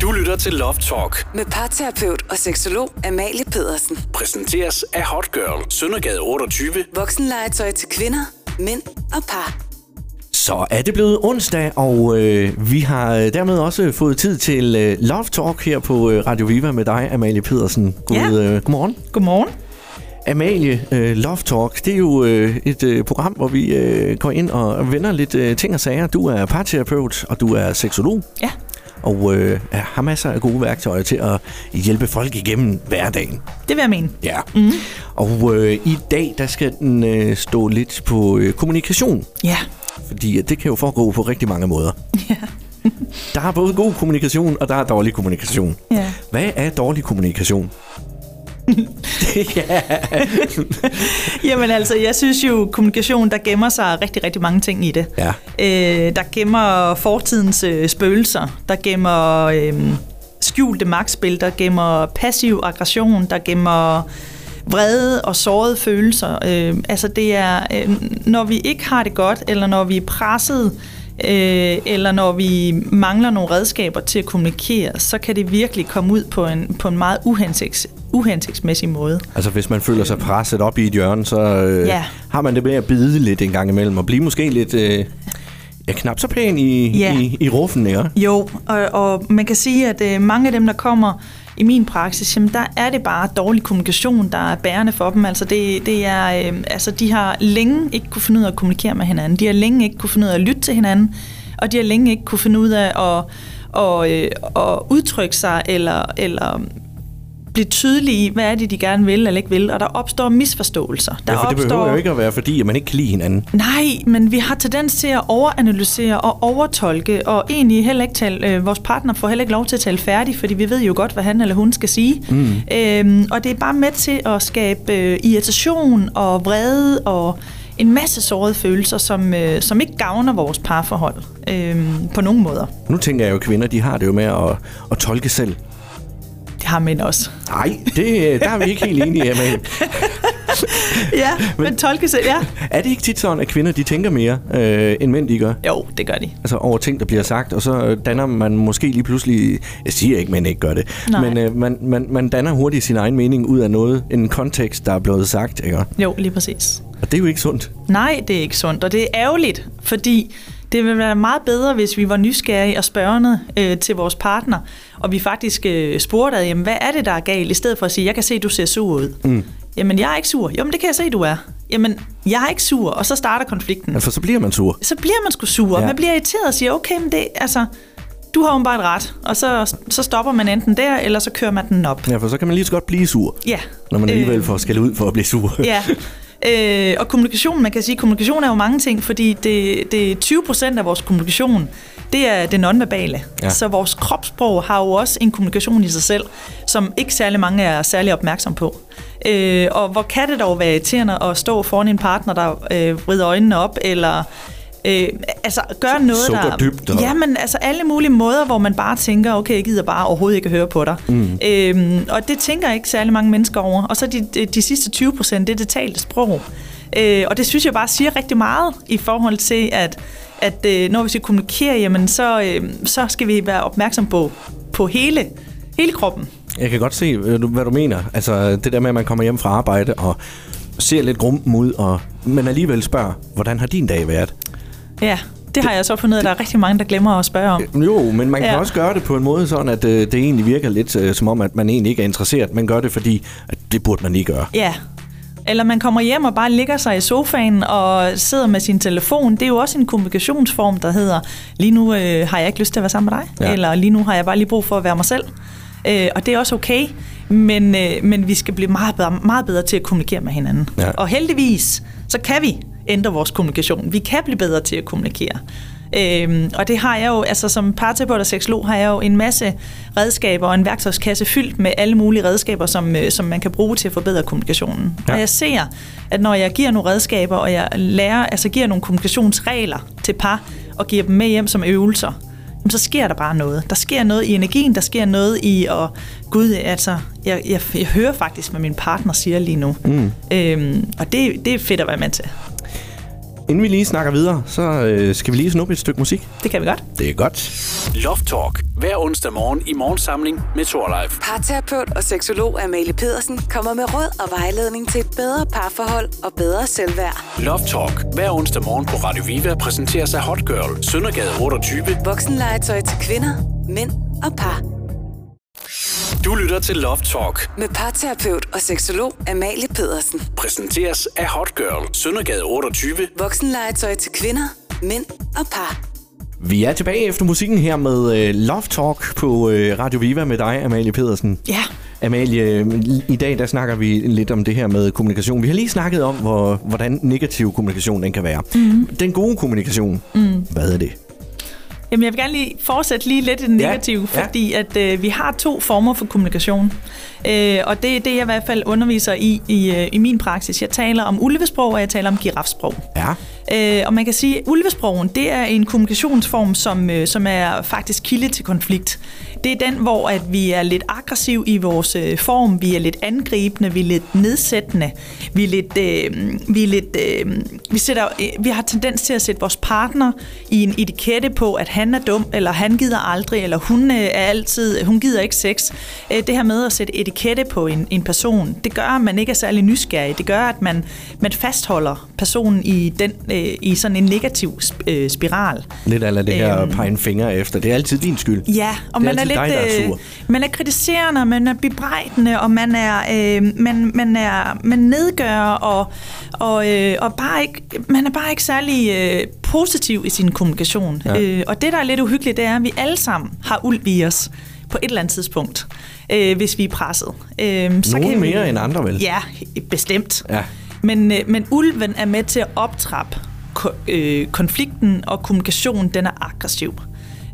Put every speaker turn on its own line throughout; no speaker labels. Du lytter til Love Talk.
Med parterapeut og seksolog Amalie Pedersen.
Præsenteres af Hot Girl. Søndergade 28.
Voksenlegetøj til kvinder, mænd og par.
Så er det blevet onsdag, og øh, vi har øh, dermed også fået tid til øh, Love Talk her på øh, Radio Viva med dig, Amalie Pedersen. God,
Ja.
øh, godmorgen.
Godmorgen.
Amalie, øh, Love Talk, det er jo øh, et øh, program, hvor vi øh, går ind og vender lidt øh, ting og sager. Du er parterapeut, og du er seksolog,
Ja.
og øh, ja, har masser af gode værktøjer til at hjælpe folk igennem hverdagen.
Det vil jeg mene.
Ja.
Mhm.
Mm. Og øh, i dag, der skal den øh, stå lidt på øh, kommunikation.
Ja.
Fordi at det kan jo foregå på rigtig mange måder. Ja. der er både god kommunikation, og der er dårlig kommunikation.
Ja.
Hvad er dårlig kommunikation?
Jamen altså, jeg synes jo, kommunikation, der gemmer sig rigtig, rigtig mange ting i det.
Ja.
Øh, der gemmer fortidens øh, spøgelser, der gemmer øh, skjulte magtspil, der gemmer passiv aggression, der gemmer vrede og sårede følelser. Øh, altså det er, øh, når vi ikke har det godt, eller når vi er presset, øh, eller når vi mangler nogle redskaber til at kommunikere, så kan det virkelig komme ud på en, på en meget uhensigts, uhensigtsmæssig måde.
Altså, hvis man føler sig presset op i et hjørne, så øh,
Ja.
har man det med at bide lidt en gang imellem, og blive måske lidt øh, ja, knap så pæn i,
Ja.
i, i ruffen, ikke?
Jo, og, og man kan sige, at øh, mange af dem, der kommer i min praksis, jamen, der er det bare dårlig kommunikation, der er bærende for dem. Altså, det, det er, øh, altså, de har længe ikke kunne finde ud af at kommunikere med hinanden. De har længe ikke kunne finde ud af at lytte til hinanden. Og de har længe ikke kunne finde ud af at, og, øh, at udtrykke sig eller, eller blive tydelige i, hvad er det, de gerne vil eller ikke vil. Og der opstår misforståelser. Der
ja, for det behøver
opstår...
jo ikke at være, fordi at man ikke kan lide hinanden.
Nej, men vi har tendens til at overanalysere og overtolke, og egentlig heller ikke tale, øh, vores partner får heller ikke lov til at tale færdig, fordi vi ved jo godt, hvad han eller hun skal sige. Mm. Øhm, og det er bare med til at skabe øh, irritation og vrede og en masse sårede følelser, som, øh, som ikke gavner vores parforhold øh, på nogen måder.
Nu tænker jeg jo, at kvinder de har det jo med at, at tolke selv.
Det har mænd også.
Nej, det, øh, der er vi ikke helt enige, Amalie.
ja, men, men tolke selv, ja.
Er det ikke tit sådan, at kvinder de tænker mere, øh, end mænd de gør?
Jo, det gør de.
altså over ting, der bliver sagt, og så øh, danner man måske lige pludselig, jeg siger ikke, men ikke gør det,
Nej.
men øh, man, man, man danner hurtigt sin egen mening ud af noget, en kontekst, der er blevet sagt, ikke?
Jo, lige præcis.
Og det er jo ikke sundt.
Nej, det er ikke sundt, og det er ærgerligt, fordi det ville være meget bedre, hvis vi var nysgerrige og spørgende øh, til vores partner, og vi faktisk øh, spurgte ad, jamen, hvad er det, der er galt, i stedet for at sige, jeg kan se, du ser sur ud. Mm. Jamen, jeg er ikke sur. Jo, men det kan jeg se, du er. Jamen, jeg er ikke sur, og så starter konflikten.
For altså, så bliver man sur.
Så bliver man sgu sur,
Ja.
ja. man bliver irriteret og siger, okay, men det, altså, du har jo bare ret, og så, så stopper man enten der, eller så kører man den op.
Ja, for så kan man lige så godt blive sur,
Ja.
når man alligevel
Øh.
får skæld ud for at blive sur.
Ja. Øh, og kommunikation, man kan sige, kommunikation er jo mange ting, fordi det, det er 20 procent af vores kommunikation, det er det nonverbale.
Ja.
Ja. Så vores kropssprog har jo også en kommunikation i sig selv, som ikke særlig mange er særlig opmærksom på. Øh, og hvor kan det dog være irriterende at stå foran en partner, der øh, vrider øjnene op, eller øh, altså gør noget,
Sukker
der...
dybt og-
Ja, Jamen, altså alle mulige måder, hvor man bare tænker, okay, jeg gider bare overhovedet ikke at høre på dig. Mm. Øhm, og det tænker ikke særlig mange mennesker over. Og så de, de sidste 20 procent, det er det talte sprog. Øh, og det synes jeg bare siger rigtig meget i forhold til, at, at øh, når vi skal kommunikere, jamen, så, øh, så skal vi være opmærksom på, på hele, hele kroppen.
Jeg kan godt se, øh, du- hvad du mener. Altså det der med, at man kommer hjem fra arbejde og ser lidt grum ud, og, men alligevel spørger, hvordan har din dag været?
Ja, det har jeg så fundet, at der er rigtig mange, der glemmer at spørge om.
Øh, Jo, men man kan ja.
Ja.
også gøre det på en måde sådan, at øh, det egentlig virker lidt øh, som om, at man egentlig ikke er interesseret. Man gør det, fordi at det burde man lige gøre.
Ja. Eller man kommer hjem og bare ligger sig i sofaen og sidder med sin telefon. Det er jo også en kommunikationsform, der hedder, lige nu øh, har jeg ikke lyst til at være sammen med dig,
Ja.
ja. eller lige nu har jeg bare lige brug for at være mig selv. Øh, og det er også okay, men, øh, men vi skal blive meget bedre, meget bedre til at kommunikere med hinanden.
Ja.
Og heldigvis, så kan vi ændre vores kommunikation. Vi kan blive bedre til at kommunikere. Øhm, og det har jeg jo, altså som parterapeut og seksolog har jeg jo en masse redskaber og en værktøjskasse fyldt med alle mulige redskaber, som, øh, som man kan bruge til at forbedre kommunikationen.
Ja.
Ja. Og jeg ser, at når jeg giver nogle redskaber, og jeg lærer, altså giver nogle kommunikationsregler til par, og giver dem med hjem som øvelser, jamen, så sker der bare noget. Der sker noget i energien, der sker noget i, og gud, altså, jeg, jeg, jeg hører faktisk, hvad min partner siger lige nu. Mm. Øhm, og det, det er fedt at være med til.
Inden vi lige snakker videre, så øh, skal vi lige snuppe et stykke musik.
Det kan vi godt.
Det er godt.
Loft Talk. Hver onsdag morgen i morgensamling med Thorleif.
Parterapeut og seksolog Amalie Pedersen kommer med råd og vejledning til et bedre parforhold og bedre selvværd.
Loft Talk. Hver onsdag morgen på Radio Viva præsenteres af Hot Girl. Søndergade 28.
Voksenlegetøj til kvinder, mænd og par.
Du lytter til Loft Talk.
Med parterapeut og seksolog Amalie Pedersen.
Præsenteres af Hot Girl. Søndergade 28.
Voksenlegetøj til kvinder, mænd og par.
Vi er tilbage efter musikken her med øh, Love Talk på øh, Radio Viva med dig, Amalie Pedersen.
Ja.
Amalie, øh, i dag der snakker vi lidt om det her med kommunikation. Vi har lige snakket om, hvor, hvordan negativ kommunikation den kan være. Mm. Den gode kommunikation, mm. hvad er det?
Jamen, jeg vil gerne lige fortsætte lige lidt i den
Ja,
negative,
ja.
fordi at øh, vi har to former for kommunikation. Øh, og det er det, jeg i hvert fald underviser i i, øh, i min praksis. Jeg taler om ulvesprog, og jeg taler om girafsprog.
Ja,
Øh, og man kan sige, at ulvesprogen, det er en kommunikationsform, som, øh, som er faktisk kilde til konflikt. Det er den, hvor at vi er lidt aggressiv i vores øh, form, vi er lidt angribende, vi er lidt nedsættende, vi er lidt, øh, vi, er lidt øh, vi, sætter, øh, vi har tendens til at sætte vores partner i en etikette på, at han er dum, eller han gider aldrig, eller hun øh, er altid, hun gider ikke sex. Øh, det her med at sætte etikette på en, en person, det gør, at man ikke er særlig nysgerrig. Det gør, at man, man fastholder personen i, den, øh, i sådan en negativ sp- øh, spiral.
lidt af det her
Øhm.
pegen fingre efter. Det er altid din skyld.
Ja,
Det
og
er
man er,
altid
lidt,
dig, der er sur.
øh, man er kritiserende, og man er bebrejdende, og man er, øh, man, man er man nedgør, og, og, øh, og bare ikke, man er bare ikke særlig øh, positiv i sin kommunikation.
Ja.
Ja. Øh, og det, der er lidt uhyggeligt, det er, at vi alle sammen har ulv i os på et eller andet tidspunkt, øh, hvis vi er presset. Øh,
Nogle mere end andre, vel?
Ja, bestemt.
Ja.
Men, øh, men ulven er med til at optrappe ko- øh, konflikten, og kommunikationen den er aggressiv.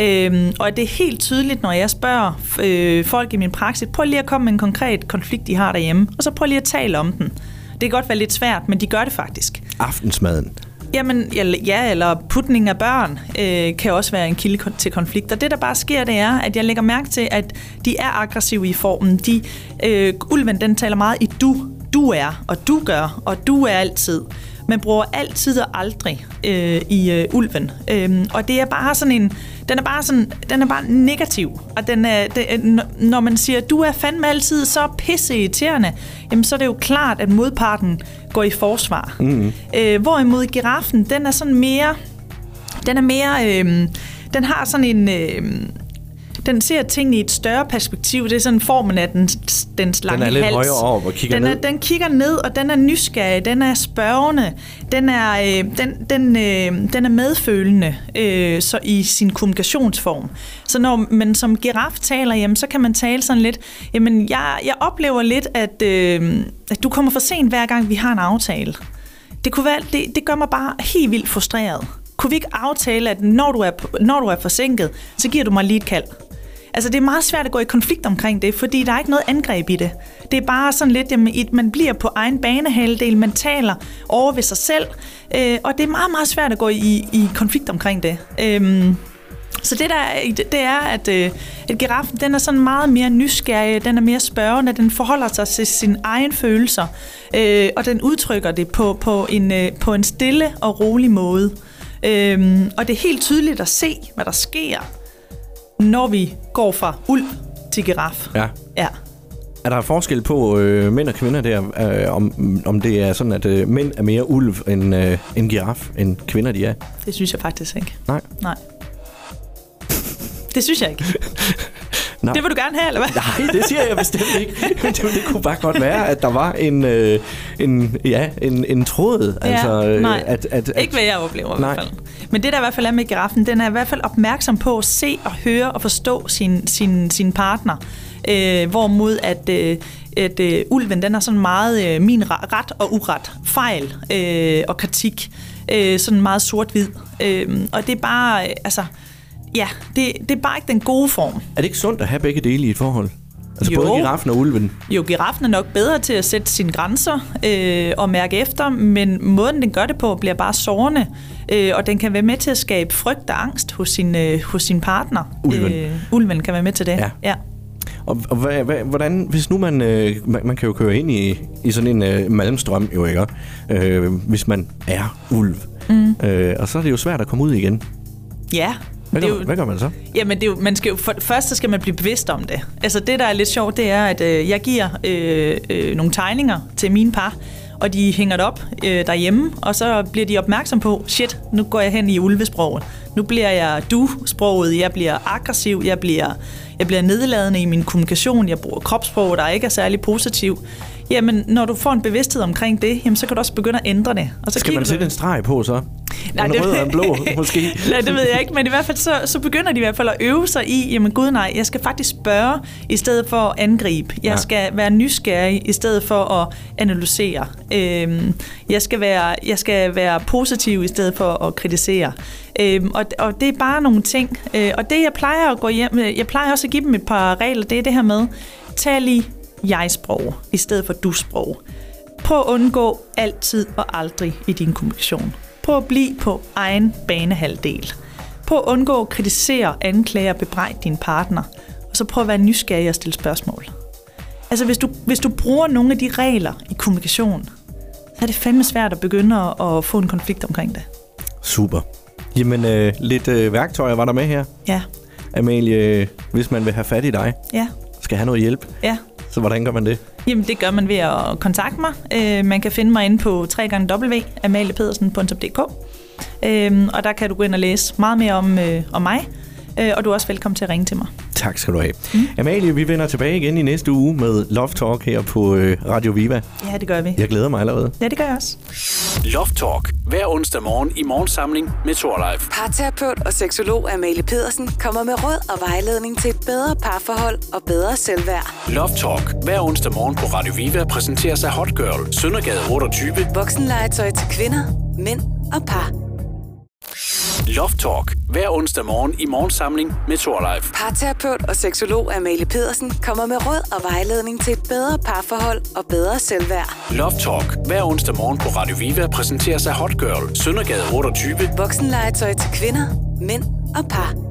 Øhm, og det er helt tydeligt, når jeg spørger øh, folk i min praksis, prøv lige at komme med en konkret konflikt, de har derhjemme, og så prøv lige at tale om den. Det kan godt være lidt svært, men de gør det faktisk.
Aftensmaden.
Jamen, ja- ja, eller putning af børn øh, kan også være en kilde kon- til konflikt. Og det, der bare sker, det er, at jeg lægger mærke til, at de er aggressive i formen. De, øh, ulven, den taler meget i du. Du er, og du gør, og du er altid. Man bruger altid og aldrig øh, i øh, ulven. Øhm, og det er bare sådan en... Den er bare, sådan, den er bare negativ. Og den er, det, er- n- når man siger, du er fandme altid så pisseirriterende, jamen så er det jo klart, at modparten går i forsvar.
Mhm.
Mm. Øh, hvorimod giraffen, den er sådan mere... Den er mere... Øh, den har sådan en... Øh, den ser tingene i et større perspektiv. Det er sådan formen af den, dens lange
lidt
hals.
højere op og kigger
den
ned.
Er, den kigger ned, og den er nysgerrig, den er spørgende, den er, øh, den, den, øh, den er medfølende øh, så i sin kommunikationsform. Så når man som giraf taler, jamen, så kan man tale sådan lidt, jamen jeg, jeg oplever lidt, at, øh, at du kommer for sent hver gang, vi har en aftale. Det, kunne være, det, det gør mig bare helt vildt frustreret. Kunne vi ikke aftale, at når du er, på- når du er forsinket, så giver du mig lige et kald? Altså, det er meget svært at gå i konflikt omkring det, fordi der er ikke noget angreb i det. Det er bare sådan lidt, jamen, et- man bliver på egen banehalvdel, man taler over ved sig selv, øh, og det er meget, meget svært at gå i, i konflikt omkring det. Øhm, så det der er i det, det er, at, øh, at giraffen den er sådan meget mere nysgerrig, den er mere spørgende, den forholder sig til sine egen følelser, øh, og den udtrykker det på, på, en, øh, på en stille og rolig måde. Øhm, og det er helt tydeligt at se, hvad der sker, når vi går fra ulv til giraf.
Ja.
ja.
Er der forskel på øh, mænd og kvinder der, øh, om, om det er sådan, at øh, mænd er mere ulv end, øh, end giraf, end kvinder de er?
Det synes jeg faktisk ikke.
Nej.
Nej. Det synes jeg ikke.
Nej.
Det vil du gerne have, eller hvad?
Nej, det siger jeg bestemt ikke. Men det, det kunne bare godt være, at der var en, øh, en, ja, en, en tråd.
Ja,
altså, øh,
nej.
At, at, at,
Ikke hvad jeg oplever
Nej.
i hvert fald. Men det der i hvert fald er med giraffen, den er i hvert fald opmærksom på at se og høre og forstå sin, sin, sin partner. Øh, hvorimod at, øh, at øh, ulven, den er sådan meget øh, min re- ret og uret, fejl øh, og kritik. Øh, sådan meget sort-hvid. Øh, og det er bare, øh, altså, ja, det, det er bare ikke den gode form.
Er det ikke sundt at have begge dele i et forhold? Altså
Jo.
både giraffen og ulven.
Jo, giraffen er nok bedre til at sætte sine grænser øh, og mærke efter, men måden, den gør det på, bliver bare sårende, øh, og den kan være med til at skabe frygt og angst hos sin, øh, hos sin partner. Øh,
Ulven.
ulven kan være med til det.
Ja.
ja.
Og, og hvad, hvad, hvordan, hvis nu man, øh, man, man kan jo køre ind i, i sådan en øh, malmstrøm, jo ikke? Øh, hvis man er ulv. Mm. Øh, og så er det jo svært at komme ud igen.
Ja.
Hvad,
det er
gør,
jo-
hvad gør man så?
Jamen, det er jo, man skal jo, for, først så skal man blive bevidst om det. Altså, det, der er lidt sjovt, det er, at øh, jeg giver øh, øh, nogle tegninger til mine par, og de hænger det op øh, derhjemme, og så bliver de opmærksom på, shit, nu går jeg hen i ulvesproget. Nu bliver jeg du-sproget, jeg bliver aggressiv, jeg bliver, jeg bliver nedladende i min kommunikation, jeg bruger kropssprog, der ikke er særlig positiv. Jamen, når du får en bevidsthed omkring det, jamen, så kan du også begynde at ændre det. Og så
Skal man
kigger du-
sætte en streg på så? en
det-
rød og en blå, måske?
Nej, det ved jeg ikke, men i hvert fald så, så begynder de i hvert fald at øve sig i, jamen gud nej, jeg skal faktisk spørge i stedet for at angribe. Jeg
Ja.
ja. skal være nysgerrig i stedet for at analysere. Øhm, jeg, skal være, jeg skal være positiv i stedet for at kritisere. Øhm, og, og det er bare nogle ting. Øh, og det jeg plejer at gå hjem med, jeg plejer også at give dem et par regler, det er det her med, tal i jeg-sprog i stedet for du-sprog. Prøv at undgå altid og aldrig i din kommunikation. Prøv at blive på egen banehalvdel. Prøv at undgå at kritisere, anklage og bebrejde din partner. Og så prøv at være nysgerrig og stille spørgsmål. Altså hvis du, hvis du bruger nogle af de regler i kommunikation, så er det fandme svært at begynde at, at få en konflikt omkring det.
Super. Jamen, øh, lidt øh, værktøjer var der med her.
Ja,
Amalie, øh, hvis man vil have fat i dig,
ja,
skal have noget hjælp,
ja.
så hvordan gør man det?
Jamen det gør man ved at kontakte mig. Øh, man kan finde mig inde på www.amaliepedersen.dk øh, Og der kan du gå ind og læse meget mere om, øh, om mig. Øh, og du er også velkommen til at ringe til mig.
Tak skal du have. Mm. Amalie, vi vender tilbage igen i næste uge med Love Talk her på øh, Radio Viva.
Ja, det gør vi.
Jeg glæder mig allerede.
Ja, det gør jeg også.
Love Talk. Hver onsdag morgen i morgensamling med Thorleif.
Parterapeut og seksolog Amalie Pedersen kommer med råd og vejledning til et bedre parforhold og bedre selvværd.
Love Talk. Hver onsdag morgen på Radio Viva præsenteres af Hot Girl. Søndergade 28.
Voksenlegetøj til kvinder, mænd og par.
Love Talk. Hver onsdag morgen i morgensamling med Thorleif.
Parterapeut og seksolog Amalie Pedersen kommer med råd og vejledning til et bedre parforhold og bedre selvværd.
Love Talk. Hver onsdag morgen på Radio Viva præsenteres af Hot Girl. Søndergade 28.
Voksenlegetøj til kvinder, mænd og par.